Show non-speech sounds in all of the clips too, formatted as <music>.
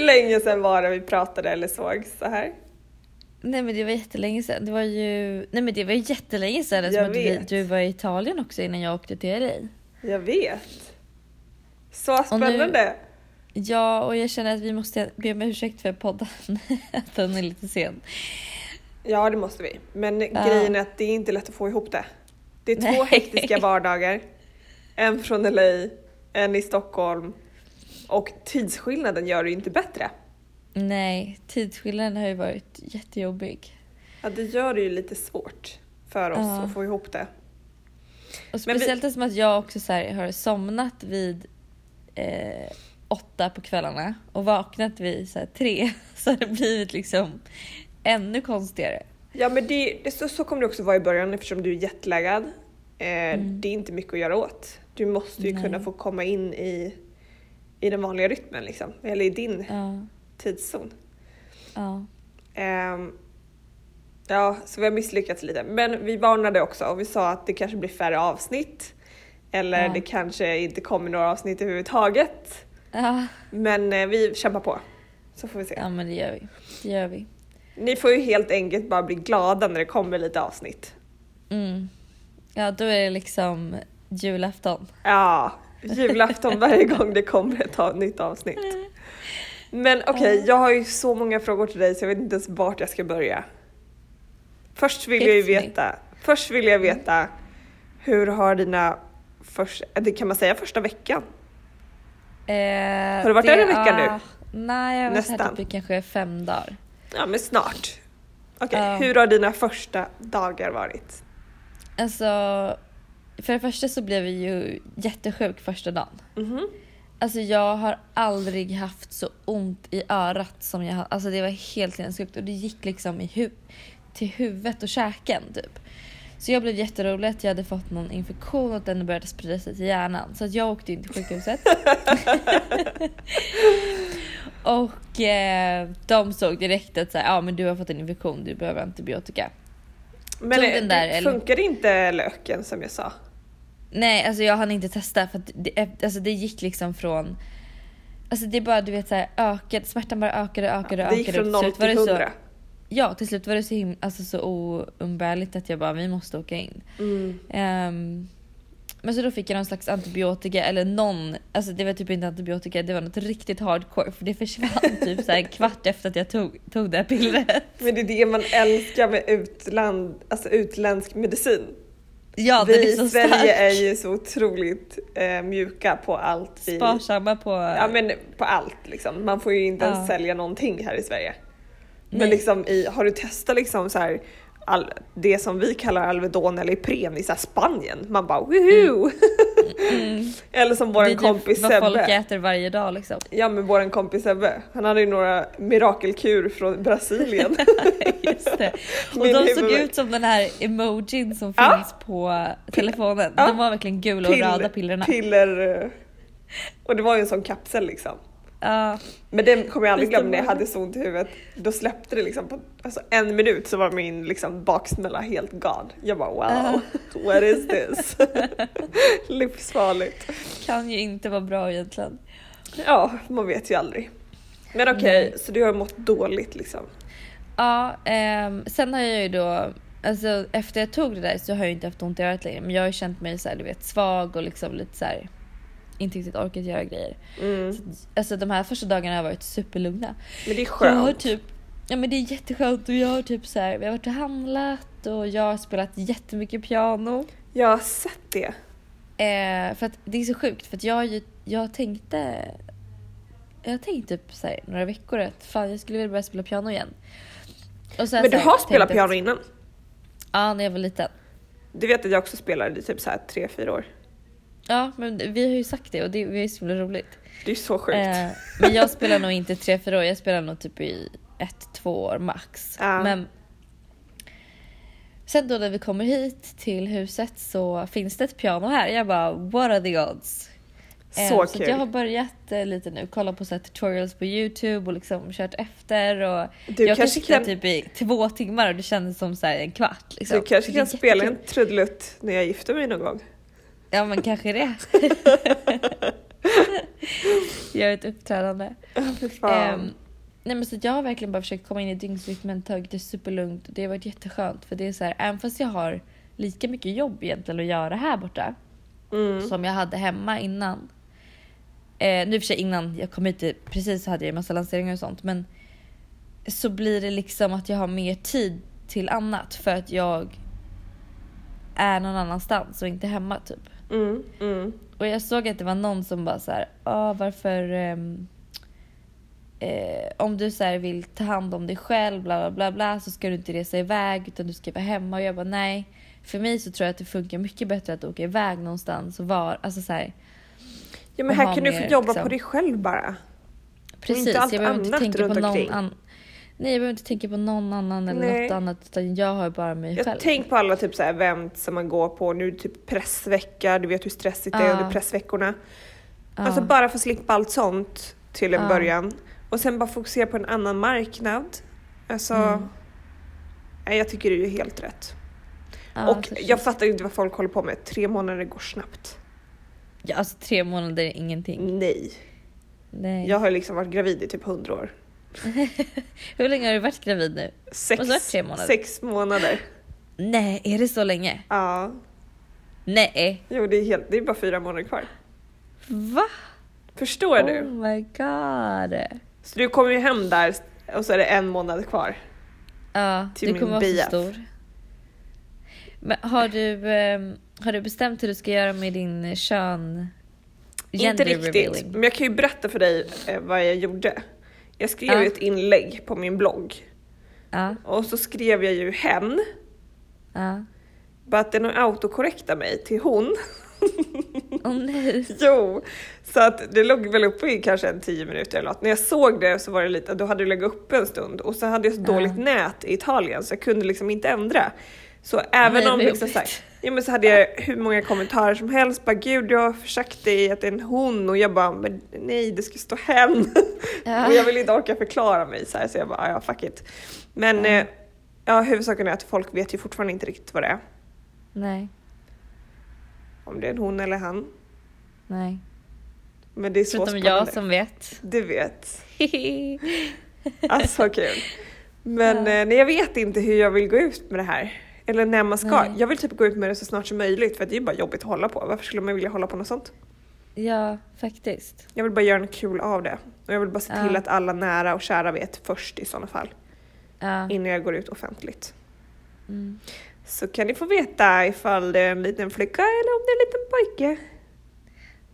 länge sedan var det vi pratade eller såg så här? Nej men det var jättelänge sedan. Det var ju, nej men det var jättelänge sedan Jag eftersom att vi, vet. du var i Italien också innan jag åkte till LA. Jag vet. Så Och nu- spännande. Ja och jag känner att vi måste be om ursäkt för podden. <laughs> att den är lite sen. Ja, det måste vi. Men Ja. grejen är att det är inte lätt att få ihop det. Det är två Nej. hektiska vardagar. En från LA, en i Stockholm. Och tidsskillnaden gör det ju inte bättre. Nej, tidsskillnaden har ju varit jättejobbig. Ja, det gör det ju lite svårt för oss Ja. att få ihop det. Och Men vi- speciellt eftersom att jag också så här har somnat vid eh, åtta på kvällarna och vaknat vid så här tre. <laughs> Så har det blivit liksom ännu konstigare. Ja men det, det, så, så kommer det också vara i början eftersom du är jetlaggad. Eh, Det är inte mycket att göra åt. Du måste ju Mm. Nej. kunna få komma in i, i den vanliga rytmen liksom. Eller i din Ja, tidszon. ja. Ehm, ja, så vi har misslyckats lite. Men vi varnade också och vi sa att det kanske blir färre avsnitt. Eller Ja. det kanske inte kommer några avsnitt överhuvudtaget. Ja, Men eh, vi kämpar på. Så får vi se. ja men det gör vi. Det gör vi. Ni får ju helt enkelt bara bli glada när det kommer lite avsnitt. Mm. Ja, då är det liksom julafton. Ja, julafton varje gång det kommer ett av, nytt avsnitt. Mm. Men okej, jag har ju så många frågor till dig så jag vet inte ens vart jag ska börja. Först vill jag ju Hit Mm. me. veta, först vill jag veta hur har dina första, det kan man säga första veckan? Eh, Har du varit det där en vecka nu? är- Nej, jag har varit här Nästan. typ i kanske fem dagar. Ja men snart. Okej, Ja. hur har dina första dagar varit? Alltså, för det första så blev jag ju jättesjuk första dagen. Mhm. Alltså jag har aldrig haft så ont i örat som jag hade. Alltså det var helt sinnessjukt och det gick liksom i hu- till huvudet och käken typ. Så jag blev jätterolig att jag hade fått någon infektion och att den började sprida sig till hjärnan. Så att jag åkte in till sjukhuset. och eh, de såg direkt att så här, ja, men du har fått en infektion, du behöver antibiotika. Men Tog eh, den där, det eller? funkade inte löken som jag sa? Nej, alltså jag hann inte testa för att det, alltså det gick liksom från... Alltså det bara du vet så här, ökade, smärtan bara ökade och ökade och Det gick ökade. från 0 Och slut var till det så- 100. Ja, till slut var det så himla, alltså så oumbärligt att jag bara, vi måste åka in. Mm. Ehm, men så då fick jag någon slags antibiotika eller någon, alltså det var typ inte antibiotika, det var något riktigt hardcore för det <laughs> försvann typ så här en kvart efter att jag tog, tog det här pillret. Men det är det man älskar med utland, alltså utländsk medicin. Ja, den vi i är så Sverige är stark. ju så otroligt eh, mjuka på allt. Vi, Sparsamma på... ja men på allt liksom. Man får ju inte ens Ja. sälja någonting här i Sverige. Men Nej. liksom i, har du testat liksom så här, all, det som vi kallar Alvedon eller Ipren i så här Spanien? Man bara woho! <laughs> eller som Mm. det våran är typ kompis vad folk Sebbe. äter varje <laughs> dag liksom. Ja men våran kompis Sebbe, han hade ju några mirakelkur från Brasilien. Just det. <laughs> Och Min de såg huvudvärk. ut som den här emojin som Ja. finns på telefonen. Ja. De var verkligen gula och Pill- röda pillerna. Piller. eh, Och det var ju en sån kapsel liksom. Ja. Men det kommer jag aldrig Visst, det glömma när jag var det. hade så ont i huvudet. Då släppte det liksom på alltså en minut så var min liksom baksmälla helt gad. Jag bara Ah. wow, what is this? <laughs> Livsfarligt. kan ju inte vara bra egentligen. Ja, man vet ju aldrig. Men okej, Nej. så du har mått dåligt liksom? Ja, ehm, sen har jag ju då, alltså efter jag tog det där så har jag ju inte haft ont i örat längre. Men jag har ju känt mig så här, du vet, svag och liksom lite så här, inte riktigt orkat göra grejer. Mm. Alltså de här första dagarna har varit superlugna. Men det är Jag har skönt. typ, ja men det är jätteskönt och jag har typ så här, vi har varit och handlat och jag har spelat jättemycket piano. Jag har sett det. Eh, för att det är så sjukt för att jag, har ju- jag tänkte jag tänkte typ så här, några veckor att fan jag skulle vilja börja spela piano igen. Och sen Men du så här har spelat tänkte piano Att, innan? ja, när jag var liten. Du vet att jag också spelade i typ så här 3-4 år. Ja, men vi har ju sagt det och det, det är ju så himla roligt. Det är så sjukt. Eh, men jag spelar nog inte tre, fyra år, jag spelar nog typ i ett, två år max. Ja. Men sen då när vi kommer hit till huset så finns det ett piano här. Jag bara what are the odds? Eh, så så kul. att jag har börjat eh, lite nu, kolla på så här tutorials på youtube och liksom kört efter. Och Du jag kan kanske sitta kan- typ i två timmar och det kändes som så här en kvart. Liksom. Du kanske Så det är kan spela <laughs> jättekul. en trudelutt när jag gifter mig någon gång? <laughs> Ja men kanske det. Gör ett uppträdande. Ja, fy fan. Ehm, Nej, men så att jag har verkligen bara försökt komma in i dygnsrytmen, tagit det superlugnt. Det har varit jätteskönt för det är så här, även fast jag har lika mycket jobb egentligen att göra här borta Mm. som jag hade hemma innan. Eh, nu för sig innan jag kom hit, precis så hade jag ju massa lanseringar och sånt men så blir det liksom att jag har mer tid till annat för att jag är någon annanstans och inte hemma typ. Mm. Mm. Och jag såg att det var någon som bara så här, ah, varför... ehm, eh, om du så här vill ta hand om dig själv bla bla bla bla så ska du inte resa iväg utan du ska vara hemma. Och jag bara nej. För mig så tror jag att det funkar mycket bättre att åka iväg någonstans och vara, alltså så här, Ja men Och här ha kan du få mer, jobba liksom. på dig själv bara. Precis, inte allt jag behöver inte annat tänka runt på någon omkring. annan. Nej, jag behöver inte tänka på någon annan eller Nej. något annat utan jag har bara mig Jag själv. tänk på alla typ så här event som man går på, nu är det typ pressvecka, du vet hur stressigt det är Ja. under pressveckorna. Ja. Alltså bara få slippa allt sånt till en Ja. början. Och sen bara fokusera på en annan marknad. Alltså, Mm. nej, jag tycker du är helt rätt. Ja, och alltså, jag fattar ju inte vad folk håller på med, tre månader går snabbt. ja, alltså tre månader är ingenting. Nej. Nej. Jag har liksom varit gravid i typ hundra år. Hur länge har du varit gravid nu? Sex, Vad sa du, tre månader? sex månader. Nej, är det så länge? Ja, Nej. jo det är, helt, det är bara fyra månader kvar. Va? Förstår Oh du? my god. Så du kommer ju hem där och så är det en månad kvar. Ja, Till du min kommer vara så BF. stor. Men har du, ehm, har du bestämt hur du ska göra med din kön? Inte Gender riktigt, revealing? men jag kan ju berätta för dig eh, vad jag gjorde. Jag skrev Ja. ju ett inlägg på min blogg Ja, och så skrev jag ju hen, ja. bara att den autokorrekta mig till hon. <laughs> Åh nej. Jo, så att det låg väl uppe i kanske en 10 minuter eller något. När jag såg det så var det lite, då hade det legat uppe en stund och så hade jag så Ja. dåligt nät i Italien så jag kunde liksom inte ändra. Så även Nej, om vad liksom jobbigt. så här, ja, men så hade jag hur många kommentarer som helst, bara gud jag har försökt dig att det är en hon och jag bara men nej det ska stå hen. <laughs> Ja. Och jag vill inte orka förklara mig så här så jag bara ja fuck it. Men ja. Eh, ja, huvudsaken är att folk vet ju fortfarande inte riktigt vad det är. Nej, Om det är en hon eller han. nej. Men det är så Förutom spännande. jag som vet. Du vet. Alltså kul. Men Ja. eh, nej, jag vet inte hur jag vill gå ut med det här. Eller när man ska. Nej. Jag vill typ gå ut med det så snart som möjligt för att det är ju bara jobbigt att hålla på. Varför skulle man vilja hålla på något sånt? <laughs> ja, faktiskt. Jag vill bara göra något kul av det. Och jag vill bara se Ja. till att alla nära och kära vet först i sådana fall. Ja. Innan jag går ut offentligt. Mm. Så kan ni få veta ifall det är en liten flicka eller om det är en liten pojke.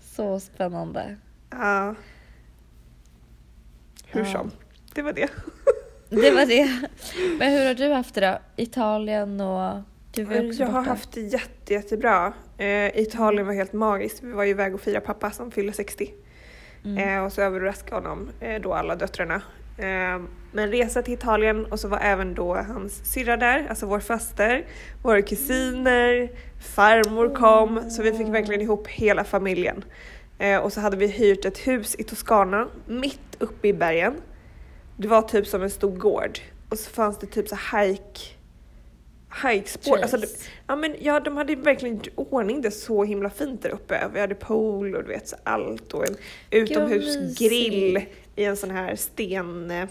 Så spännande. Ja. Hur Ja. som. Det var det. Det <laughs> var det. Men hur har du haft det då? Italien och... Du var ju också Eh, Jag har borta. haft det jätte, jättebra. Eh, Italien var helt magiskt. Vi var ju iväg och firade pappa som fyllde 60 Mm. eh, och så överraskade honom eh, då alla döttrarna. Eh, men resa till Italien och så var även då hans syrra där, alltså vår faster, våra kusiner, farmor kom. Så vi fick verkligen ihop hela familjen. Eh, och så hade vi hyrt ett hus i Toscana mitt uppe i bergen. Det var typ som en stor gård och så fanns det typ så här hike hikespår. Alltså, det- Trails. ja, men, ja, de hade verkligen gjort i ordning det så himla fint där uppe. Vi hade pool och du vet så allt och en utomhusgrill mysigt. i en sån här sten... eh,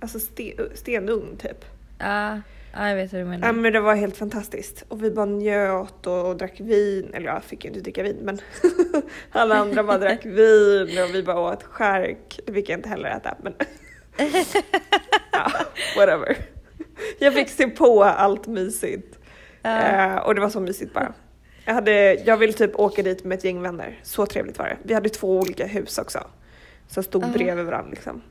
Alltså ste, stenugn typ. Ja, ja, jag vet vad du menar. Ja men det var helt fantastiskt. Och vi bara njöt och, och drack vin, eller jag fick ju inte dricka vin men <laughs> alla andra bara <laughs> drack vin och vi bara åt skärk. Det fick jag inte heller äta <laughs> men ja, whatever. Jag fick se på allt mysigt. Ja. Eh, och det var så mysigt bara. Jag, hade, jag ville typ åka dit med ett gäng vänner. Så trevligt var det. Vi hade två olika hus också. Som stod Ja. bredvid varandra liksom.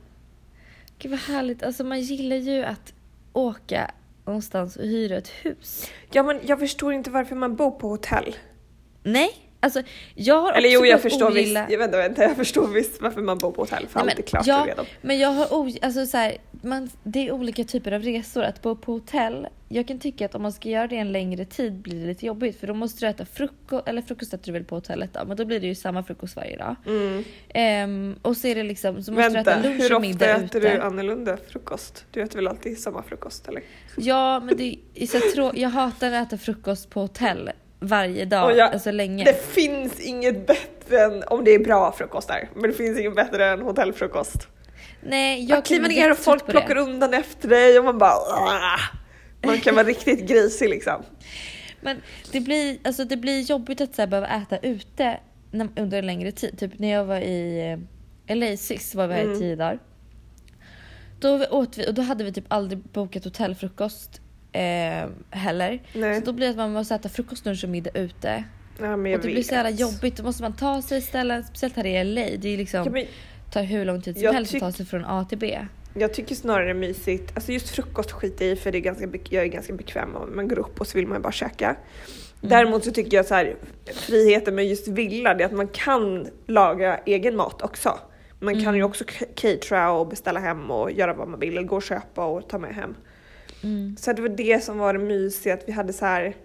Gud vad härligt. Alltså man gillar ju att åka någonstans och hyra ett hus. Ja men jag förstår inte varför man bor på hotell. Nej, alltså jag har Eller också jo jag börjat förstår ogilla... visst, jag, vänta, vänta, jag förstår visst varför man bor på hotell för Nej, allt är klart ja, och redan. Men jag har o- alltså så här, man, det är olika typer av resor. Att bo på hotell, jag kan tycka att om man ska göra det en längre tid blir det lite jobbigt för då måste du äta frukost, eller frukost äter du väl på hotellet då, men då blir det ju samma frukost varje dag. Mm. Ehm, och så är det liksom, så måste Vänta, du äta lunch hur och ofta middag äter ute. du annorlunda frukost? Du äter väl alltid samma frukost eller? Ja, men det är så trå- jag hatar att äta frukost på hotell varje dag, Och jag- alltså länge. Det finns inget bättre än, om det är bra frukostar, men det finns inget bättre än hotellfrukost. Nej, Jag jag kliver bli ner och jättetrött folk på det. plockar undan efter dig och man bara... "Åh!" Man kan vara riktigt grisig liksom. Men det blir, alltså det blir jobbigt att så här, behöva äta ute när, under en längre tid. Typ när jag var i eh, LA sist var vi här i Mm. tio dagar. Då åt vi och då hade vi typ aldrig bokat hotellfrukost eh, heller. Nej. Så då blir det att man måste äta frukost, lunch och middag ute. Ja, men jag Och det blir så jävla vet. jobbigt. Då måste man ta sig ställen, speciellt här i LA. Det är liksom, Ja, men tar hur lång tid som Jag helst tyck- att ta sig från A till B. jag tycker snarare det är mysigt, alltså just frukost skiter jag i för det är ganska, bek- jag är ganska bekväm om man går upp och så vill man ju bara käka. Däremot så tycker jag så här, friheten med just villa det är att man kan laga egen mat också. Man kan ju också c- catera och beställa hem och göra vad man vill, eller gå och köpa och ta med hem. Mm. Så det var det som var det mysiga, att vi hade så här.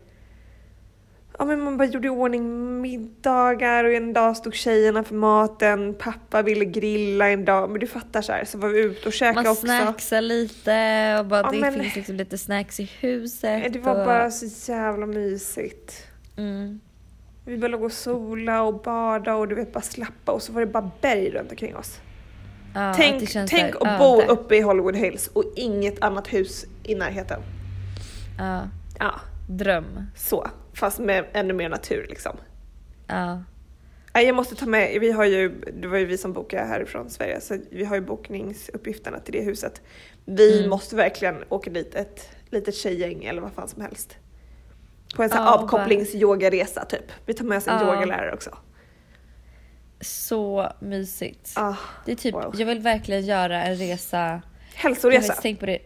Ja men man bara gjorde i ordning middagar och en dag stod tjejerna för maten, pappa ville grilla en dag, men du fattar så här. Så var vi ute och Man käkade också. snacksar lite och bara, Ja, det men- finns liksom lite snacks i huset. Det var och... bara så jävla mysigt. Mm. Vi bara låg och sola och bada och du vet bara slappa och så var det bara berg runt omkring oss. Ja, att det tänk känns tänk där- att ja, bo där. uppe i Hollywood Hills och inget annat hus i närheten. Ja, Ja, dröm. så. Fast med ännu mer natur liksom. Ja. Nej, jag måste ta med, vi har ju, det var ju vi som bokade härifrån Sverige så vi har ju bokningsuppgifterna till det huset. Vi Mm. måste verkligen åka dit ett litet tjejgäng eller vad fan som helst. På en sån här Ja, och bara- avkopplings-yogaresa typ. Vi tar med oss en Ja. yogalärare också. Så mysigt. Ah, Det är typ, wow. jag vill verkligen göra en resa. Jag har hälsoresa. faktiskt tänkt på det.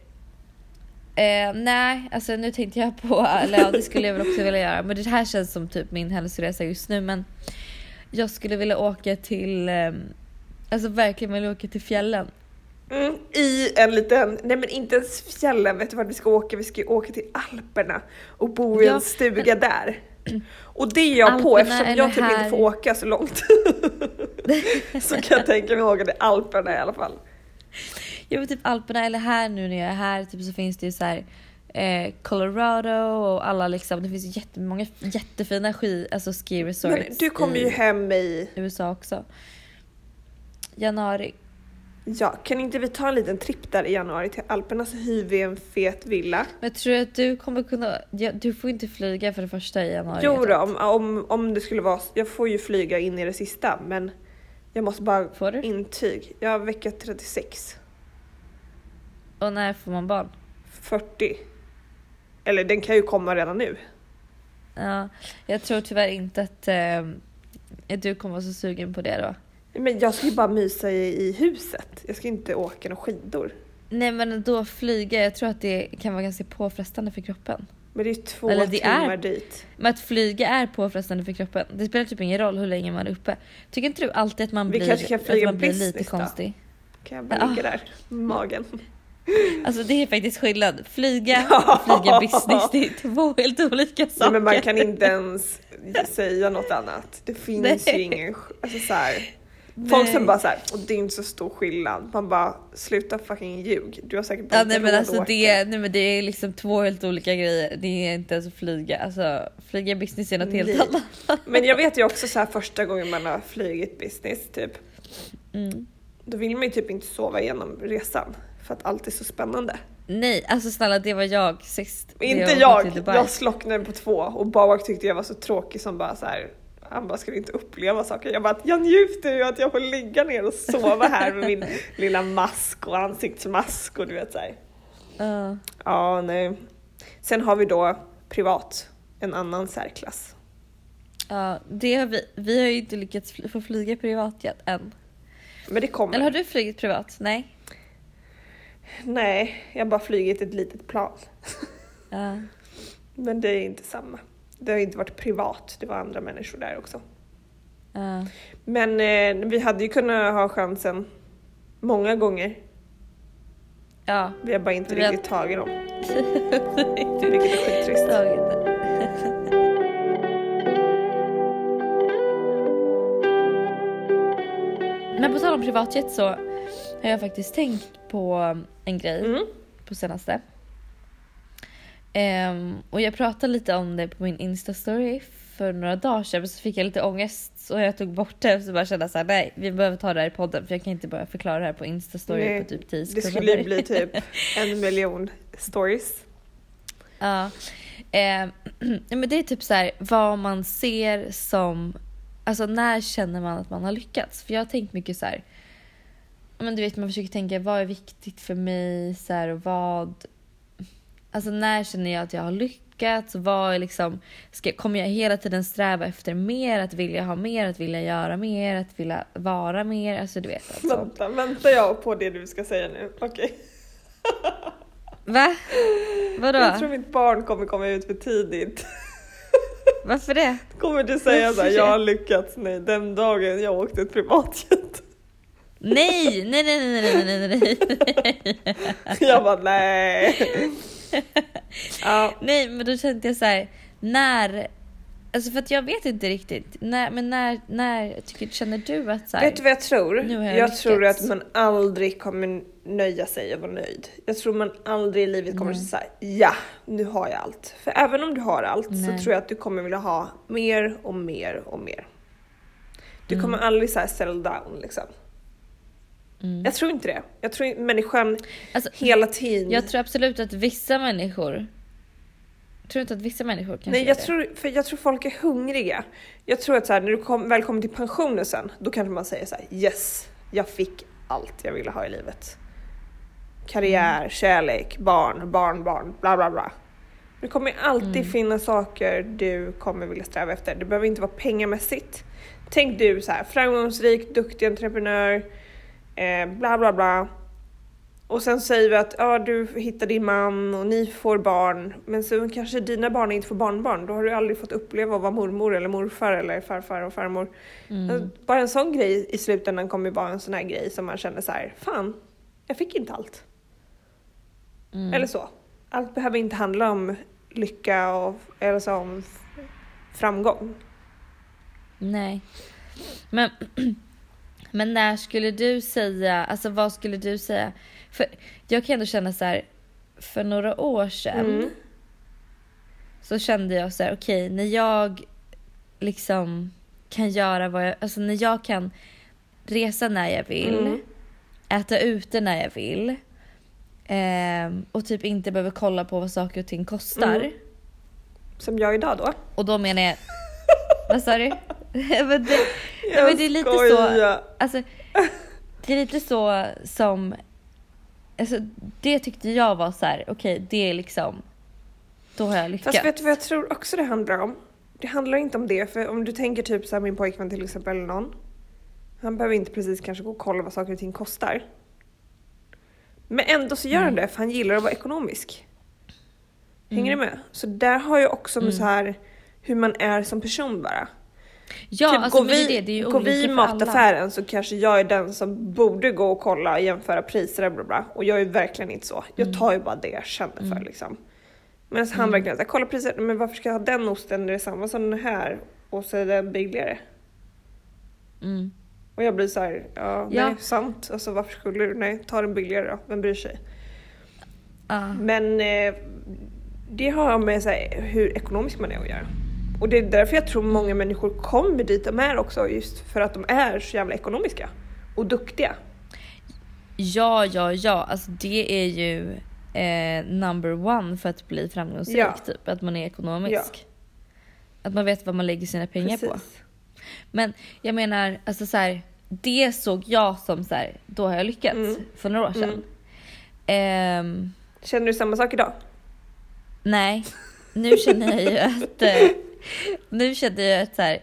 Eh, nej, alltså nu tänkte jag på, eller ja, det skulle jag väl också vilja göra. Men det här känns som typ min hälsoresa just nu. Men jag skulle vilja åka till, ehm, alltså verkligen vilja åka till fjällen. Mm, I en liten, nej men inte ens fjällen, vet du vart vi ska åka? Vi ska ju åka till Alperna och bo i Ja, en stuga där. Och det är jag på Alperna eftersom jag eller typ inte här? får åka så långt. <laughs> så kan jag tänka mig att åka till Alperna i alla fall. Jag vill typ Alperna eller här nu när jag är här typ så finns det ju så här eh, Colorado och alla liksom. Det finns ju jättemånga jättefina ski, alltså ski resorts Men du kommer ju i hem i, USA också. Januari. ja kan inte vi ta en liten tripp där i januari till Alperna så hyr vi en fet villa. Men jag tror att du kommer kunna, ja, du får inte flyga för det första i januari. Jo då, om, om, om det skulle vara, jag får ju flyga in i det sista men jag måste bara Får du? intyg. Jag har vecka 36. Och när får man barn? 40. Eller den kan ju komma redan nu. Ja, jag tror tyvärr inte att eh, du kommer vara så sugen på det då. Men jag ska ju bara mysa i, i huset. Jag ska inte åka några skidor. Nej men då flyga, jag tror att det kan vara ganska påfrestande för kroppen. Men det är ju två Eller det timmar är- dit. Men att flyga är påfrestande för kroppen. Det spelar typ ingen roll hur länge man är uppe. Tycker inte du alltid att man Vi blir, kanske kan flyga att man blir business lite då? konstig? Kan jag bara Ah. ligga där med <laughs> magen. Alltså det är faktiskt skillnad. <laughs> Flyga och flyga business, det är två helt olika saker. Nej, men man kan inte ens säga något annat. Det finns Nej. ju ingen... sk- Alltså så här. Folk som Nej. bara såhär, och det är inte så stor skillnad. Man bara, sluta fucking ljug. Du har säkert bara Ja, inte nej, men råd alltså att det, åka. är- nej men det är liksom två helt olika grejer. Det är inte ens att flyga. Alltså flyga business är något helt Nej. annat. Men jag vet ju också så här första gången man har flugit business typ. Mm. Då vill man ju typ inte sova igenom resan för att allt är så spännande. Nej alltså snälla det var jag sist. Men när inte åkte jag, till Dubai. jag slocknade på två och Babak tyckte jag var så tråkig som bara så här. Han bara, ska vi inte uppleva saker? Jag bara, att jag njuter ju att jag får ligga ner och sova här med <laughs> min lilla mask och ansiktsmask och du vet såhär. Ja. Ja, nej. Sen har vi då privat, en annan särklass. Ja, det har vi, vi har ju inte lyckats fly- få flyga privatjet än. Men det kommer. Eller har du flugit privat? Nej? Nej, jag har bara flugit ett litet plan. <laughs> Ja. Men det är inte samma. Det har inte varit privat, det var andra människor där också. Ja. Men eh, vi hade ju kunnat ha chansen många gånger. ja. <laughs> Vi har bara inte Vi har- riktigt tagit dem. Riktigt Vilket är skittrist. taget. <laughs> Men på tal om privatjet så har jag faktiskt tänkt på en grej Mm. på senaste. Ehm, och jag pratade lite om det på min instastory för några dagar sedan så fick jag lite ångest och jag tog bort det så bara kände jag så här, nej vi behöver ta det här i podden för jag kan inte bara förklara det här på instastory Nej, på typ 10 Det skulle bli typ en miljon stories. Ja. Eh, <clears throat> nej, men det är typ så här vad man ser som... Alltså när känner man att man har lyckats? För jag har tänkt mycket så här... ja, Men du vet, man försöker tänka vad är viktigt för mig? Så här, och vad... Alltså när känner jag att jag har lyckats? Vad är liksom... Ska, kommer jag hela tiden sträva efter mer? Att vilja ha mer? Att vilja göra mer? Att vilja vara mer? Alltså du vet. Alltså. Vänta, väntar jag på det du ska säga nu? Okej. Va? Jag tror Vadå? mitt barn kommer komma ut för tidigt. Varför det? Kommer du säga såhär, Varför? jag har lyckats nej, den dagen jag åkte ett privatjet. Nej, nej, nej, nej, nej, nej, nej, nej. Jag bara nej. Ja, Nej, men då kände jag så här, när... Alltså för att jag vet inte riktigt. När, men när, när tycker, känner du att så här, vet du vad jag tror? Nu har jag jag tror lyckats. att man aldrig kommer nöja sig och vara nöjd. Jag tror man aldrig i livet kommer att säga ja, nu har jag allt. För även om du har allt Nej. så tror jag att du kommer vilja ha mer och mer och mer. Du kommer aldrig så här settle down liksom. Mm. Jag tror inte det. Jag tror människan Alltså, hela tiden Jag tror absolut att vissa människor... Tror du inte att vissa människor kanske Nej är jag det? tror, för jag tror folk är hungriga. Jag tror att så här, när du kom, väl kommer till pensionen sen, då kanske man säger så här: yes, jag fick allt jag ville ha i livet. Karriär, kärlek, barn, barn, barn, bla bla bla. Det kommer ju alltid finnas saker du kommer vilja sträva efter. Det behöver inte vara pengamässigt. Tänk du så här, framgångsrik, duktig entreprenör, eh, bla bla bla. Och sen säger vi att ja, du hittar din man och ni får barn. Men så kanske dina barn inte får barnbarn. Då har du aldrig fått uppleva att vara mormor eller morfar eller farfar och farmor. Mm. Alltså, Bara en sån grej i slutändan kommer ju vara en sån här grej som man känner så här, fan, jag fick inte allt. Mm. Eller så. Allt behöver inte handla om lycka och, eller så om f- framgång. Nej. Men, <clears throat> men när skulle du säga, alltså vad skulle du säga? För jag kan ändå känna så här, för några år sedan Mm. så kände jag så här, okej när jag liksom kan göra vad jag, alltså när jag kan resa när jag vill, Mm. äta ute när jag vill ehm, och typ inte behöver kolla på vad saker och ting kostar. Mm. Som jag idag då. Och då <laughs> menar jag, vad sa du? <laughs> Men det, Jag men det är lite så- skojar. Alltså, det är lite så som... Alltså, det tyckte jag var så här, okej, det är liksom... Då har jag lyckats. Fast vet du vad jag tror också det handlar om? Det handlar inte om det, för om du tänker typ så här, min pojkvän till exempel eller någon. Han behöver inte precis kanske gå och kolla vad saker och ting kostar. Men ändå så gör han det för han gillar att vara ekonomisk. Hänger du med? Så där har jag också med så här hur man är som person bara. ja, typ alltså, går men det vi, är det, det är ju går olika vi i för mataffären så kanske jag är den som borde gå och kolla och jämföra priser bla bla, och jag är verkligen inte så. Mm. Jag tar ju bara det jag känner för liksom. Medan han verkligen såhär, kolla priset, men varför ska jag ha den osten när det är samma som den här och så är den billigare? alla. Mm. Och jag blir så här, ja, Ja. nej sant, alltså varför skulle du, nej ta den billigare då, vem bryr sig? Ja. Men eh, det har med så här, hur ekonomisk man är att göra. Och det är därför jag tror många människor kommer dit de är också, just för att de är så jävla ekonomiska och duktiga. ja, ja, ja. Alltså, det är ju eh, number one för att bli framgångsrik. Ja. Typ, att man är ekonomisk. Att man vet vad man lägger sina pengar på. Men jag menar, alltså så här, det såg jag som så här, då har jag lyckats Mm. för några år sedan. Mm. Ehm, Känner du samma sak idag? nej, nu känner jag <laughs> ju att, eh, nu känner jag att så här,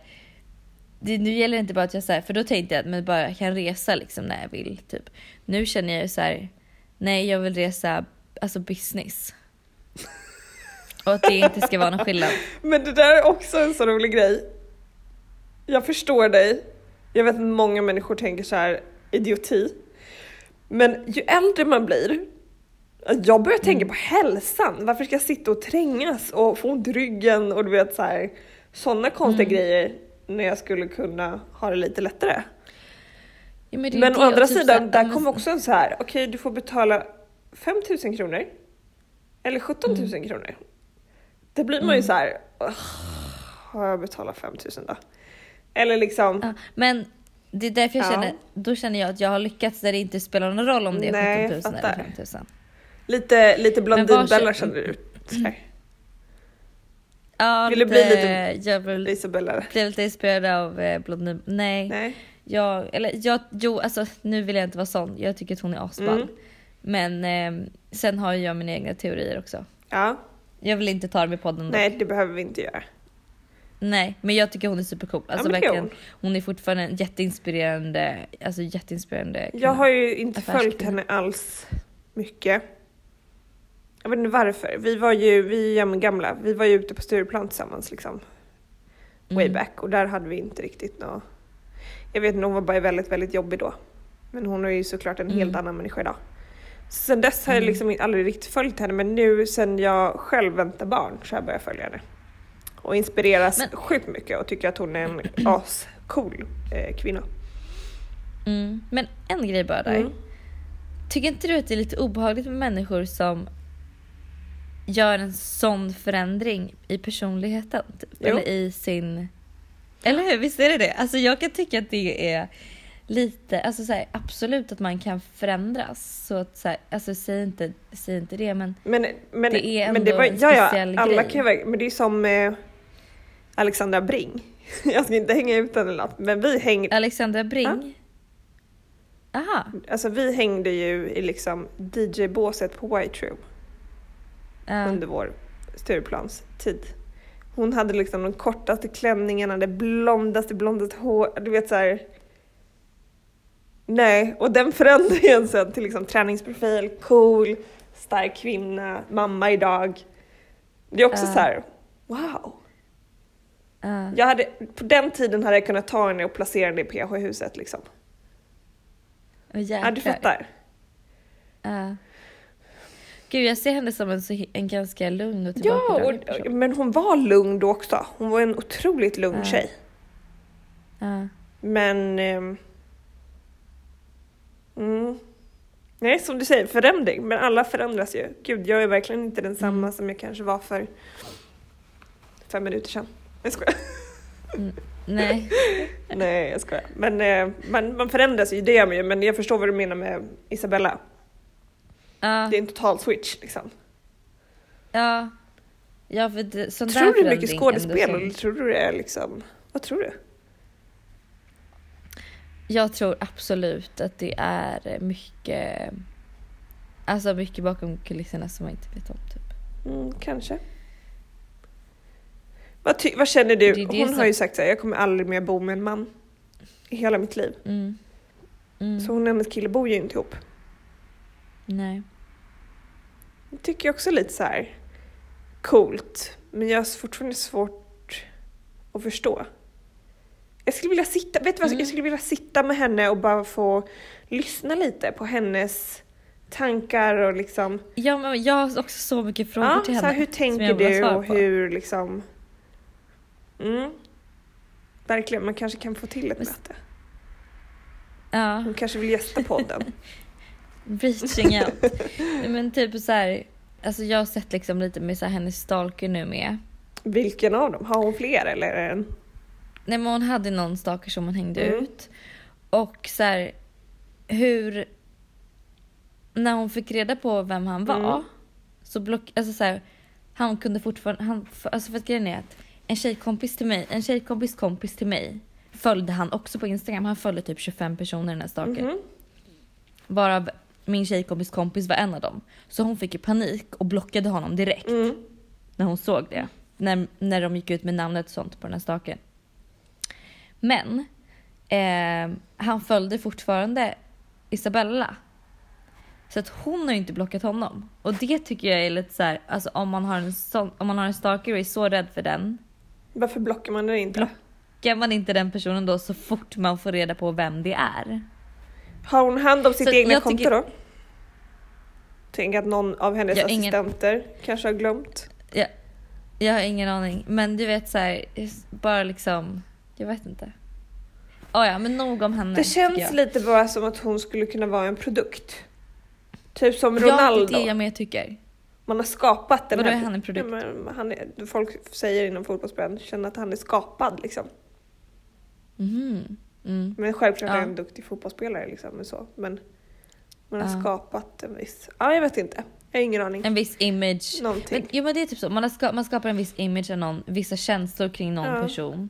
det, nu gäller det inte bara att jag så här, för då tänkte jag att men bara jag kan resa liksom när jag vill. Typ. Nu känner jag ju så här, nej jag vill resa alltså business. Och att det inte ska vara någon skillnad. Men det där är också en så rolig grej. Jag förstår dig. Jag vet att många människor tänker så här idioti. Men ju äldre man blir, jag börjar tänka på hälsan. Varför ska jag sitta och trängas och få ont i ryggen och du vet så här sådana konstiga grejer när jag skulle kunna ha det lite lättare. Ja, det är ju Men å det, och andra typ så här, sidan, där men- kom också en så här, okej du får betala 5 000 kronor Mm. eller 17 000 kronor. Det blir man ju så här, "Ugh, har jag betalat 5000 då? Eller liksom, Ja, men det är därför jag Ja. känner, då känner jag att jag har lyckats där det inte spelar någon roll om det Nej, är jag 17 000 fattar. eller 5 000. lite, lite var Mm. Blondinbella kö- kände du ut. Så här. Ja, Vill du bli lite- Jag blev, Isabella. blev lite inspirerad av eh, Blondin. Nej, Nej. Jag, eller jag, jo alltså nu vill jag inte vara sån. Jag tycker att hon är asball. Mm. Men eh, sen har jag mina egna teorier också. Ja. Jag vill inte ta dem i podden. Nej, det behöver vi inte göra. Nej, men jag tycker hon är supercool. Alltså, men det är verkligen, hon. är fortfarande en jätteinspirerande, alltså jätteinspirerande kvinna. Jag har ju inte följt Affärskvinna. henne alls mycket. Jag vet inte varför. Vi var ju, vi är jämngamla. Vi var ju ute på Stureplan tillsammans liksom. Way Mm. back. Och där hade vi inte riktigt något. Jag vet inte, hon var bara väldigt, väldigt jobbig då. Men hon är ju såklart en Mm. helt annan människa idag. Sen dess har jag Mm. liksom aldrig riktigt följt henne men nu sen jag själv väntar barn så har jag börjat följa henne. Och inspireras Men- sjukt mycket och tycker att hon är <clears throat> en ascool eh, kvinna. Mm. Men en grej bara där. Mm. Tycker inte du att det är lite obehagligt med människor som gör en sån förändring i personligheten? Typ, Jo. eller i sin... Eller hur? Visst är det det? Alltså jag kan tycka att det är lite... Alltså så här, absolut att man kan förändras. Så att så här, alltså säg inte, säg inte det men... Men, men, Det är men det ändå var, en ja, speciell ja, alla grej. kan ju, verk- men det är som eh, Alexandra Bring. <laughs> Jag ska inte hänga ut henne eller något, men vi hängde, Alexandra Bring? Aha. alltså, vi hängde ju i liksom DJ-båset på White Room Ja. under vår Stureplans tid. Hon hade liksom de kortaste klänningarna, det blondaste, blondaste hår, du vet så här. Nej, och den förändringen sen till liksom träningsprofil, cool, stark kvinna, mamma idag. Det är också Ja. så här, wow. Ja. Jag hade, på den tiden hade jag kunnat ta henne och placera henne i PH-huset liksom. Åh, Ja, du jäklar. fattar. Ja. Gud jag ser henne som en, så, hi- en ganska lugn och Ja, tillbakadragen person. och, men hon var lugn då också. Hon var en otroligt lugn Ja. tjej. Ja. Men... ehm, mm, nej, som du säger, förändring. Men alla förändras ju. Gud, jag är verkligen inte densamma Mm. som jag kanske var för fem minuter sedan. Jag <laughs> skojar. Nej. Nej, jag skojar. Men eh, man, man förändras ju, det gör man ju. Men jag förstår vad du menar med Isabella. Ja. Det är en total switch liksom. Ja. Ja, för det, sån Tror där du det är mycket förändring skådespel ändå eller som- tror du det är liksom, vad tror du? Jag tror absolut att det är mycket, alltså mycket bakom kulisserna som man inte vet om. Typ. Mm, kanske. Vad, ty- vad känner Det är du? det Hon som- har ju sagt såhär, jag kommer aldrig mer bo med en man i hela mitt liv. Mm. Mm. Så hon och hennes kille bor ju inte ihop. Nej. Jag tycker jag också är lite så här coolt, men jag har fortfarande svårt att förstå. Jag skulle vilja sitta, vet du vad, Mm. jag skulle vilja sitta med henne och bara få lyssna lite på hennes tankar och liksom Ja, men jag har också så mycket frågor Ja, till Ah, så här, henne. hur tänker vill ha du svar och på. hur liksom... Mm. Verkligen, man kanske kan få till ett Men- möte. Ja, Hon kanske vill gästa <laughs> podden. reaching out. <laughs> Nej, men typ så här, alltså jag har sett liksom lite med så här, hennes stalker nu med. Vilken av dem? Har hon fler eller är det en? Nej men hon hade någon stalker som hon hängde Mm. ut. Och så här, hur... När hon fick reda på vem han var. Mm. Så block... Alltså så här, han kunde fortfarande... Han, för, alltså för att grejen är att en tjejkompis till mig, en tjejkompis kompis till mig följde han också på Instagram. Han följde typ 25 personer den här stalkern. Mhm. Varav min tjejkompis kompis var en av dem. Så hon fick ju panik och blockade honom direkt Mm. när hon såg det. När, när de gick ut med namnet och sånt på den här staken. Men eh, han följde fortfarande Isabella. Så att hon har ju inte blockat honom. Och det tycker jag är lite så här, alltså om man har en sån, om man har en stalker och är så rädd för den. Varför blockar man den inte? Block- Kan man inte den personen då så fort man får reda på vem det är? Har hon hand om sitt Så egna jag konto tycker- då? Tänk att någon av hennes Jag har ingen- assistenter kanske har glömt. Jag har ingen aning. Men du vet så här, bara liksom, jag vet inte. Oh ja, men nog om henne. det tycker känns jag. lite bara som att hon skulle kunna vara en produkt. Typ som Ja, det är Ronaldo. det jag med tycker. man har skapat den Vadå här... är han en produkt? Ja, men han är, folk säger inom fotbollsbranschen att han är skapad liksom. Mhm. Mm. Men självklart är Ja. han en duktig fotbollsspelare liksom. och Så. Men man har Ja. skapat en viss... Ja, jag vet inte. Jag har ingen aning. En viss image. Någonting. Men, jo men det är typ så, man, har ska, man skapar en viss image av någon, vissa känslor kring någon Ja. person.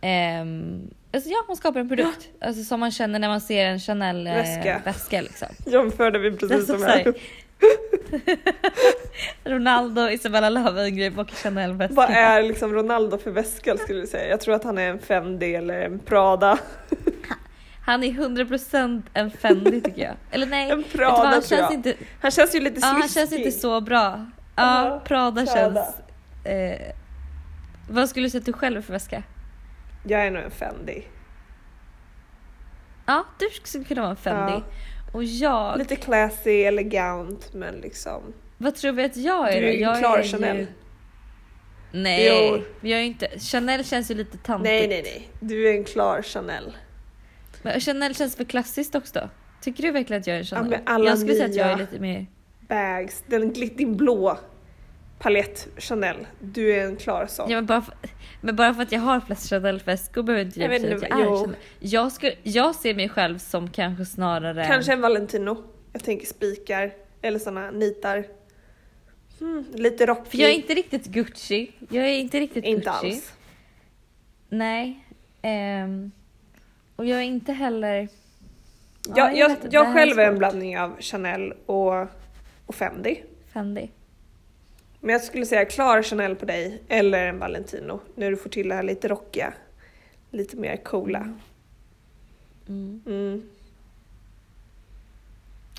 Ehm, alltså ja, man skapar en produkt. Alltså som man känner när man ser en Chanel-väska. Väska. Eh, väska, liksom. <laughs> Jämförde vi Det är precis som de Alltså, så här. här. Ronaldo och Isabella Löwengrip och Chanel-väska. Vad är liksom Ronaldo för väska skulle du säga? Jag tror att han är en Fendi eller en Prada. Han är 100% en Fendi tycker jag. Eller nej, En vet du vad, Prada han tror känns jag. inte Han känns ju lite Ja, han sliskig. känns inte så bra. Ja, Ja, Prada. Prada, känns... Eh, vad skulle du säga att du själv är för väska? Jag är nog en Fendi. Ja, du skulle kunna vara en Fendi. Ja. Och jag, Lite classy, elegant men liksom. vad tror vi att jag är Du är då? ju jag en klar Chanel. Nej, Jo. men jag är ju inte... Chanel känns ju lite tantigt. Nej nej nej, du är en klar Chanel. Men Chanel känns för klassiskt också. Tycker du verkligen att jag är en Chanel? men alla jag skulle säga att jag nya- är lite mer... Bags, den gl- din blå palett Chanel. Du är en klar sån. Ja, men, bara för, men bara för att jag har flest Chanel-väskor behöver inte Jag jag vet säga att inte, jag är jo. Chanel. Jag, skulle, jag ser mig själv som kanske snarare... Kanske en Valentino. Jag tänker spikar eller såna nitar. Mm, lite rockig. För jag är inte riktigt Gucci. Jag är inte riktigt Inte Gucci. alls. Nej. Ehm, och jag är inte heller... Ja, Jag, jag, vet jag, inte, det här själv är en svårt. blandning av Chanel och, och Fendi. Fendi. Men jag skulle säga klar Chanel på dig eller en Valentino. När du får till det här lite rockiga. Lite mer coola. Mm. <laughs> Mm.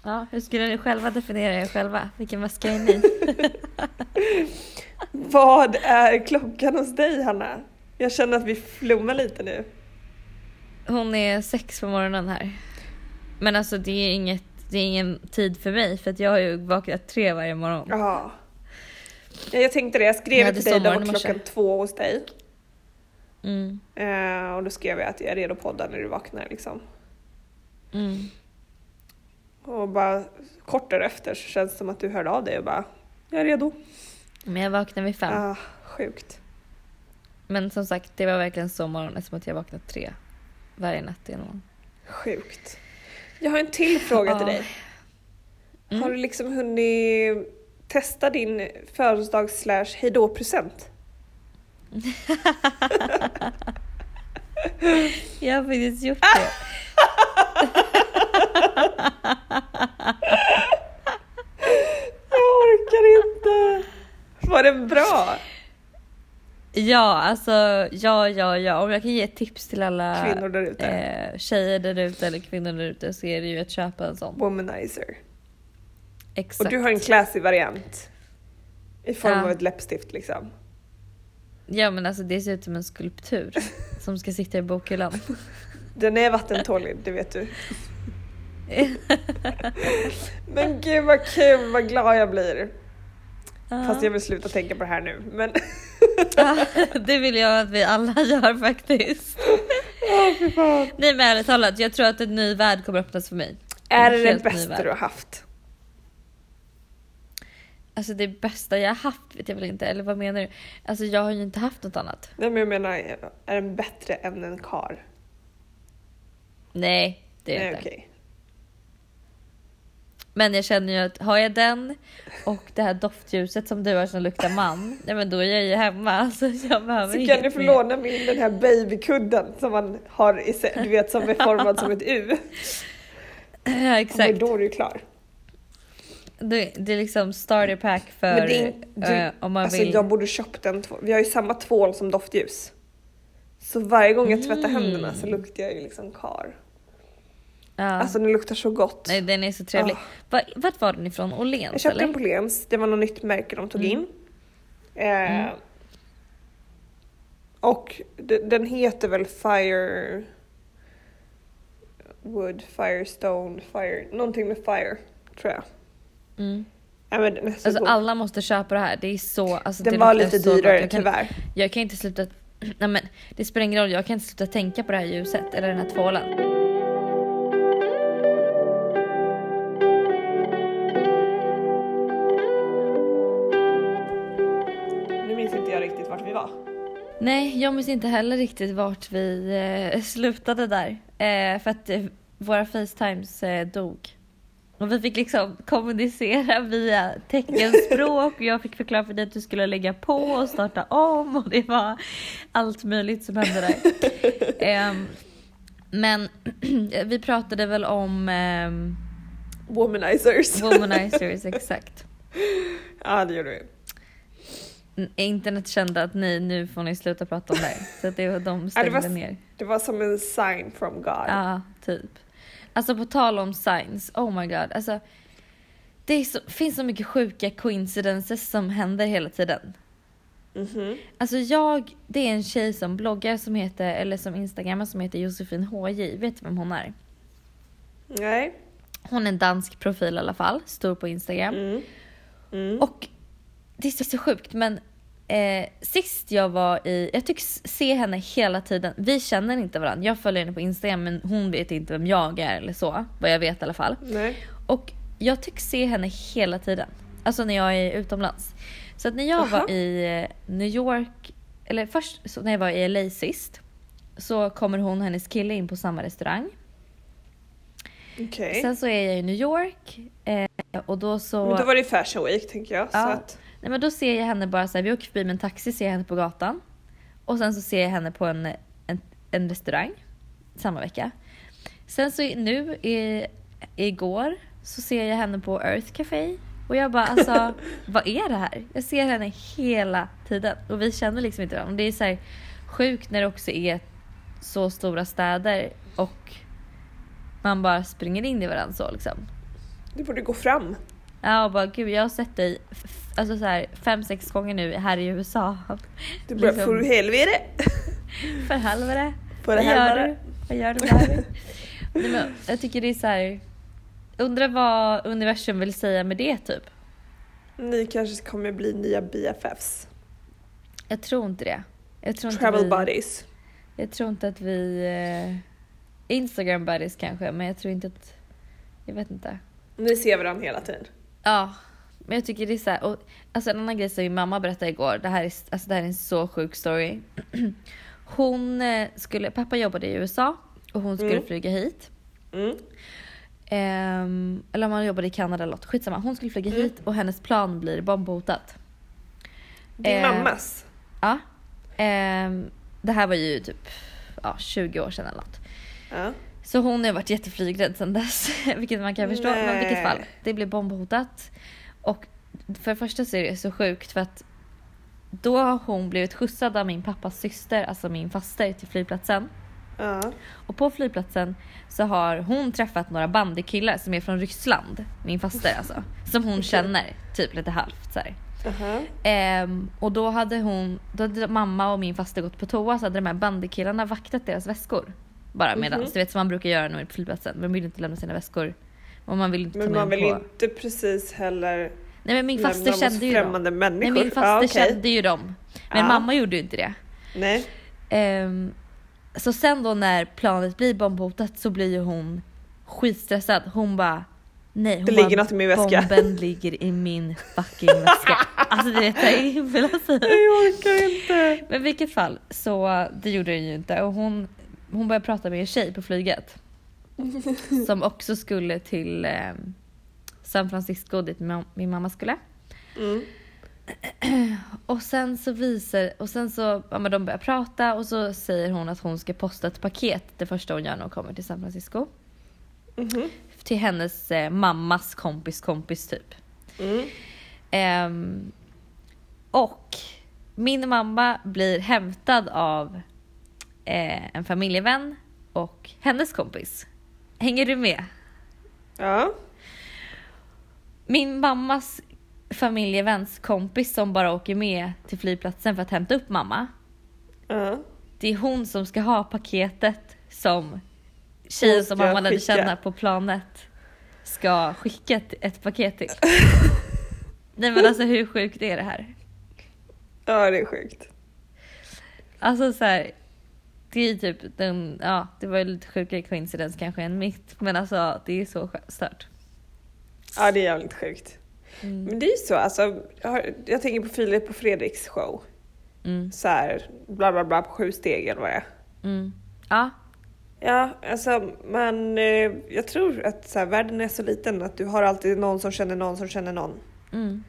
Ja, hur skulle ni själva definiera er själva? Vilken väska är ni? Vad är klockan hos dig Hanna? Jag känner att vi flummar lite nu. <laughs> Hon är sex på morgonen här. Men alltså det är, inget, det är ingen tid för mig för att jag har ju vaknat tre varje morgon. Ja. Ja, Jag tänkte det, jag Jag skrev ju hade till dig då sommaren i morse. klockan två hos dig. Mm. Eh, och då skrev jag att jag är redo att podda när du vaknar liksom. Mm. Och bara kort därefter så känns det som att du hörde av dig och bara jag är redo. Men jag vaknar vid fem. Ah, sjukt. Men som sagt, det var verkligen så morgon eftersom att jag vaknat tre varje natt genom morgon. Sjukt. Jag har en till fråga till Ja. dig. Ah. Mm. Har du liksom hunnit testa din födelsedags slash hejdå-present? Jag har faktiskt gjort Ah! det. Jag orkar inte! Var den bra? Ja, alltså ja, ja, ja. Om jag kan ge ett tips till alla Kvinnor där ute. Ah, eh, tjejer där ute eller kvinnor där ute så är det ju att köpa en sån. Womanizer. Exakt. Och du har en classy variant. I form Ja. av ett läppstift liksom. Ja men alltså det ser ut som <laughs> en skulptur som ska sitta i bokhyllan. Den är vattentålig, det vet <laughs> du. Men gud vad kul, vad glad jag blir. Fast jag vill sluta tänka på det här nu. Men Ja, det vill jag att vi alla <laughs> gör faktiskt. Nej men ärligt talat, jag tror att en ny värld kommer öppnas för mig. <laughs> är det det Helt ny bästa värld. du har haft? Alltså det bästa jag har haft vet jag väl inte, eller vad menar du? Alltså jag har ju inte haft något annat. Nej men jag menar, är den bättre än en kar? Nej, det är det Nej inte. okej. Men jag känner ju att har jag den och det här doftljuset som du har som luktar man, nej men då är jag ju hemma. <laughs> Så jag behöver Så kan inget du få mer. låna min den här babykudden som man har i sig, du vet som är formad som ett U. Ja, Men <laughs> exakt. då är du klar. Det, det är liksom starter pack för Men det är in- du- eh, om man Alltså vill. jag borde köpt den, två- vi har ju samma tvål som doftljus. Så varje gång jag tvättar Mm. händerna så luktar jag ju liksom kar. Ja. Alltså den luktar så gott. Nej den är så trevlig. Ah. Va, vart var den ifrån? Jag Åhléns köpte eller? den på Lens, det var något nytt märke de tog in. Eh, Mm. Och de- den heter väl Fire... Wood, Firestone, Fire... Någonting med Fire, tror jag. Mm. Ja, men den är så Alltså god. alla måste köpa det här. Det är så... Alltså, den det var luktar lite så gott. dyrare Jag kan, tyvärr. jag kan inte sluta... <clears throat> Nej men det spelar ingen roll. Jag kan inte sluta tänka på det här ljuset eller den här tvålen. inte jag riktigt vart vi var. Nej, jag minns inte heller riktigt vart vi eh, <laughs> slutade där. Eh, för att eh, våra Facetimes eh, dog. Och vi fick liksom kommunicera via teckenspråk och jag fick förklara för dig att du skulle lägga på och starta om och det var allt möjligt som hände där. Ehm, men <clears throat> vi pratade väl om ehm, Womanizers. womanizers, exakt. <laughs> ja, det gjorde vi. N- Internet kände att nej, nu får ni sluta prata om det här. Så att det var de stängde var s- ner. Det var som en sign from God. Ja, typ. Alltså på tal om signs, oh my god. Alltså, det är så, finns så mycket sjuka coincidences som händer hela tiden. Mhm. Alltså jag, det är en tjej som bloggar som heter, eller som instagrammar som heter Josefin HJ. Vet du vem hon är? Nej. Hon är en dansk profil i alla fall, stor på Instagram. Mm. Mm. Och det är så, så sjukt men eh, sist jag var i, jag tycks se henne hela tiden, vi känner inte varandra. Jag följer henne på Instagram men hon vet inte vem jag är eller så, vad jag vet i alla fall. Nej. Och jag tycks se henne hela tiden, alltså när jag är utomlands. Så att när jag var Aha. i eh, New York, eller först så när jag var i LA sist, så kommer hon och hennes kille in på samma restaurang. Okej. Sen så är jag i New York eh, och då så... Men då var det Fashion Week tänker jag. Så Ja. att, Nej men då ser jag henne bara så här, vi åker förbi med en taxi, ser jag henne på gatan. Och sen så ser jag henne på en, en, en restaurang samma vecka. Sen så i- nu i, igår så ser jag henne på Earth Café. Och jag bara alltså, vad är det här? Jag ser henne hela tiden och vi känner liksom inte varandra. Och Det är så här sjukt när det också är så stora städer och man bara springer in i varandra så liksom. du borde gå fram. Ja och bara gud jag har sett dig f- f- alltså så här, fem, sex gånger nu här i USA. Du börjar Liksom. för helvete. För helvete. För Vad gör helvete. du? Vad gör du där? Nej, men, jag tycker det är så här. Undrar vad universum vill säga med det typ. Ni kanske kommer bli nya BFFs. Jag tror inte det. Jag tror inte, Travel vi, buddies. jag tror inte att vi... Eh, Instagram buddies kanske men jag tror inte att... Jag vet inte. Ni ser varandra hela tiden. Ja, men jag tycker det är så här, och, alltså en annan grej som min mamma berättade igår, det här är, alltså det här är en så sjuk story. <clears throat> Hon eh, skulle, pappa jobbade i USA och hon skulle Mm. flyga hit. Mm. Ehm, eller om han jobbade i Kanada eller något, skitsamma. Hon skulle flyga Mm. hit och hennes plan blir bombhotat. Din Eh, mammas. Ja. Ehm, det här var ju typ ja, 20 år sedan eller något. Ja. Så hon har varit jätteflygrädd sedan dess, <laughs> vilket man kan förstå. Men i vilket Nej. fall, det blev bombhotat. Och för det första så är det så sjukt för att då har hon blivit skjutsad av min pappas syster, alltså min faster, till flygplatsen. Ja. Och på flygplatsen så har hon träffat några bandykillar som är från Ryssland, min faster alltså. Som hon känner, typ lite halvt så här. Aha. Ehm, och då hade hon, då hade mamma och min faster gått på toa så hade de här bandykillarna vaktat deras väskor. Bara Mhm. medans, du vet som man brukar göra när man är på flygplatsen. Man vill inte lämna sina väskor. Och man vill inte ta Men med man dem vill på. inte precis heller Nej men min lämna faster dem åt kände ju dem. främmande människor. Nej min faster Ja, okej. Ah. kände ju dem. Men Ja. mamma gjorde ju inte det. Nej. Ehm, så sen då när planet blir bombhotat så blir ju hon skitstressad. Hon bara nej. Hon Det bara, ligger något i min väska. Bomben ligger i min fucking <laughs> väska. Alltså det vet jag inte vad jag säger. Jag orkar inte. Men i vilket fall, så det gjorde den ju inte. Och hon, hon började prata med en tjej på flyget. som också skulle till eh, San Francisco dit ma- min mamma skulle. Mm. Och sen så visar, och sen så, ja men de börjar prata och så säger hon att hon ska posta ett paket det första hon gör när hon kommer till San Francisco. Mhm. Till hennes eh, mammas kompis kompis typ. Mm. Ehm, och min mamma blir hämtad av eh, en familjevän och hennes kompis. Hänger du med? Ja. Min mammas familjeväns kompis som bara åker med till flygplatsen för att hämta upp mamma. Ja. Det är hon som ska ha paketet som tjejen Hon som ska mamma lärde skicka. känna på planet ska skicka ett- ett <laughs> paket till. Nej men alltså hur sjukt är det här? ja, det är sjukt. Alltså så här, det är ju typ den, ja det var ju lite sjukare coincidence kanske än mitt men alltså det är så skö- stört. Ja, det är jävligt sjukt. Mm. Men det är ju så, alltså, jag har- jag tänker på Filip och Fredriks show. Mm. så här, bla bla bla på sju steg eller vad det är. Mm. Ja. Ja, alltså men eh, jag tror att så här, världen är så liten att du har alltid någon som känner någon som känner någon Mm.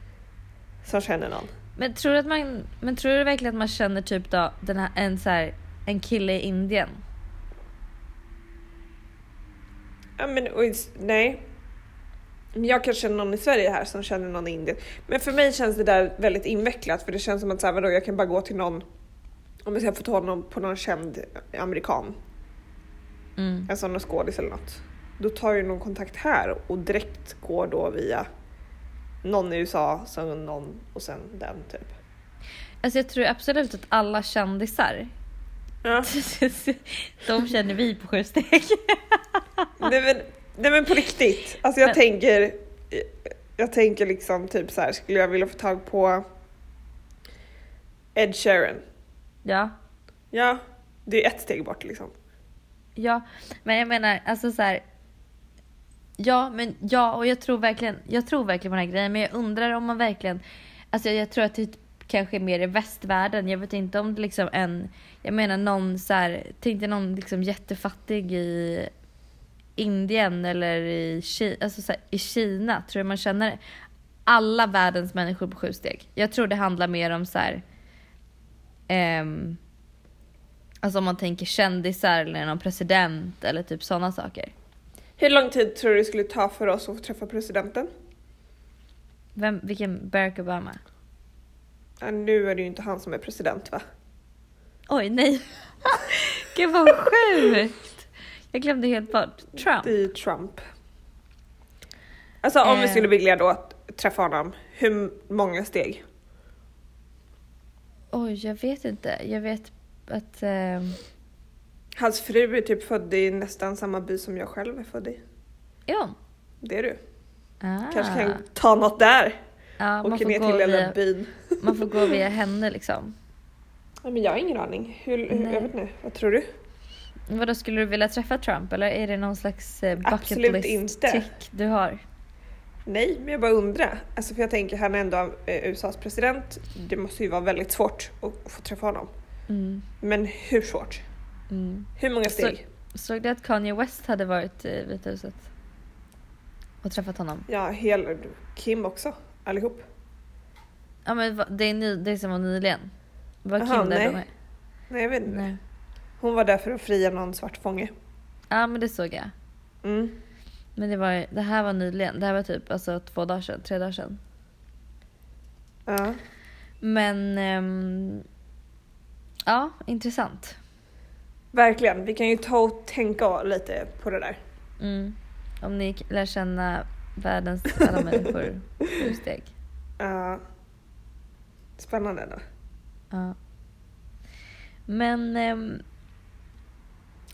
som känner någon. Men tror du att man, men tror du verkligen att man känner typ då den här, en så här, en kille i Indien? Ja, men, oj, s- nej. Men Jag kan känna någon i Sverige här som känner någon i Indien. Men för mig känns det där väldigt invecklat för det känns som att så här, vadå, jag kan bara gå till någon om jag ska få ta någon på någon känd amerikan, Mm. alltså någon skådis eller något. Då tar jag någon kontakt här och direkt går då via någon i USA, sen någon och sen den typ. Alltså jag tror absolut att alla kändisar, <laughs> Ja. de känner vi på sju steg. Nej men, nej men på riktigt. Alltså jag Men- tänker jag tänker liksom typ så här skulle jag vilja få tag på Ed Sheeran. Ja. Ja, det är ett steg bort liksom. Ja, men jag menar alltså så här. Ja, men ja, och jag tror verkligen, jag tror verkligen på den här grejen, men jag undrar om man verkligen, alltså jag, jag tror att det kanske är mer i västvärlden, jag vet inte om det liksom en, jag menar någon så här, tänkte någon liksom jättefattig i Indien eller i, Ki, alltså så här, i Kina, tror jag man känner alla världens människor på sju steg. Jag tror det handlar mer om så här, ehm, Alltså om man tänker kändisar eller någon president eller typ sådana saker. Hur lång tid tror du det skulle ta för oss att få träffa presidenten? Vem, vilken Barack Obama? Ja, nu är det ju inte han som är president va? Oj, nej! <laughs> Gud vad sjukt! Jag glömde helt bort. Trump. Det är ju Trump. Alltså om vi Eh. skulle vilja då att träffa honom, hur många steg? Oj, jag vet inte. Jag vet att... Eh, Hans fru är typ född i nästan samma by som jag själv är född i. är hon? Det är du. Ah. Kanske kan ta något där. ja, man, Åker får ner gå till via, lilla byn. man får <laughs> gå via henne liksom. Ja, men jag har ingen aning. Hur, hur, Nej. jag vet inte. Vad tror du? Vadå, skulle du vilja träffa Trump eller är det någon slags eh, bucket Absolut list inte. tick du har? Nej, men jag bara undrar. Alltså, för jag tänker, han är ändå eh, USAs president. Det måste ju vara väldigt svårt att att få träffa honom. Mm, Men hur svårt? mm. Hur många steg? Såg du att Kanye West hade varit eh, i Vita huset? Och träffat honom? Ja, hela Kim också. Allihop. Ja men va- det är, ny, det är som var nyligen. Var Kim Aha, där nej. då med? Nej, jag vet inte. Nej. Hon var där för att fria någon svart fånge. Ja men det såg jag. Mm. Men det, var, det här var nyligen. Det här var typ alltså, två dagar sedan, tre dagar sedan. Ja. Men ehm, ja, intressant. Verkligen, vi kan ju ta och tänka lite på det där. Mm. Om ni k- lär känna världens alla människor på steg. Ja. spännande då. Ja. Men ehm,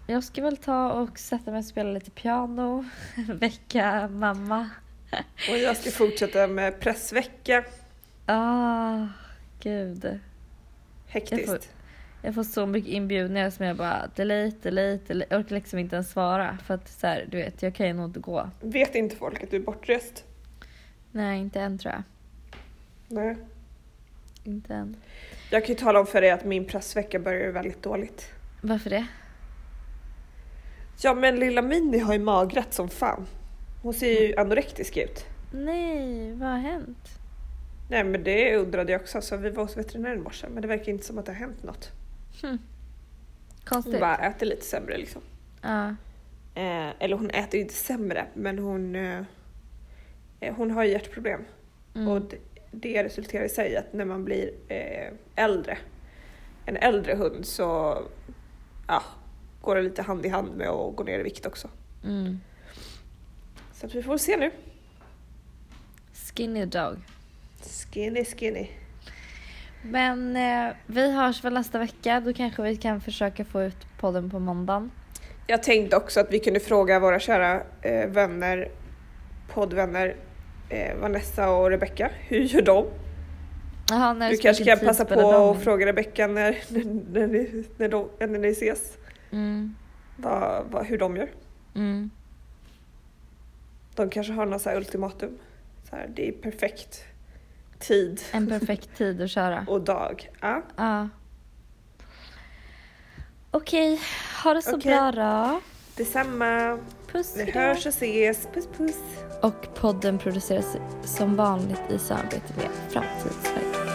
jag ska väl ta och sätta mig och spela lite piano, <laughs> väcka mamma. Och jag ska fortsätta med pressvecka. Ah, gud. Hektiskt. Jag får- Jag får så mycket inbjudningar som jag bara delete, delete, delete. Jag orkar liksom inte ens svara för att så här, du vet, jag kan ju nog inte gå. Vet inte folk att du är bortrest? Nej, inte än tror jag. Nej. Inte än. Jag kan ju tala om för dig att min pressvecka börjar ju väldigt dåligt. Varför det? Ja men lilla Mini har ju magrat som fan. Hon ser ju anorektisk ut. Nej, vad har hänt? Nej men det undrade jag också så vi var hos veterinären i morse men det verkar inte som att det har hänt något. Hon Konstigt. bara äter lite sämre liksom. Ja. Eh, eller hon äter ju inte sämre men hon, eh, eh, hon har ju hjärtproblem. Mm. Och det, det resulterar i sig att när man blir eh, äldre, en äldre hund så ja, går det lite hand i hand med att gå ner i vikt också. Mm. Så att vi får se nu. Skinny dog. Skinny skinny. Men eh, vi hörs väl nästa vecka. Då kanske vi kan försöka få ut podden på måndagen. Jag tänkte också att vi kunde fråga våra kära eh, vänner, poddvänner eh, Vanessa och Rebecca, hur gör de? Jaha, när du kanske kan vilken typ tid passa på spelar de att in? fråga Rebecca när, <laughs> när, när, ni, när, de, när ni ses, Mm. vad, vad, hur de gör. Mm. De kanske har något så här ultimatum. Så här, det är perfekt. tid En perfekt tid att köra. och dag. Ja. Ja. Okej, ha det så Okej. bra då. Detsamma. Puss Vi då. hörs och ses. Puss puss. Och podden produceras som vanligt i samarbete med Framtidssverige.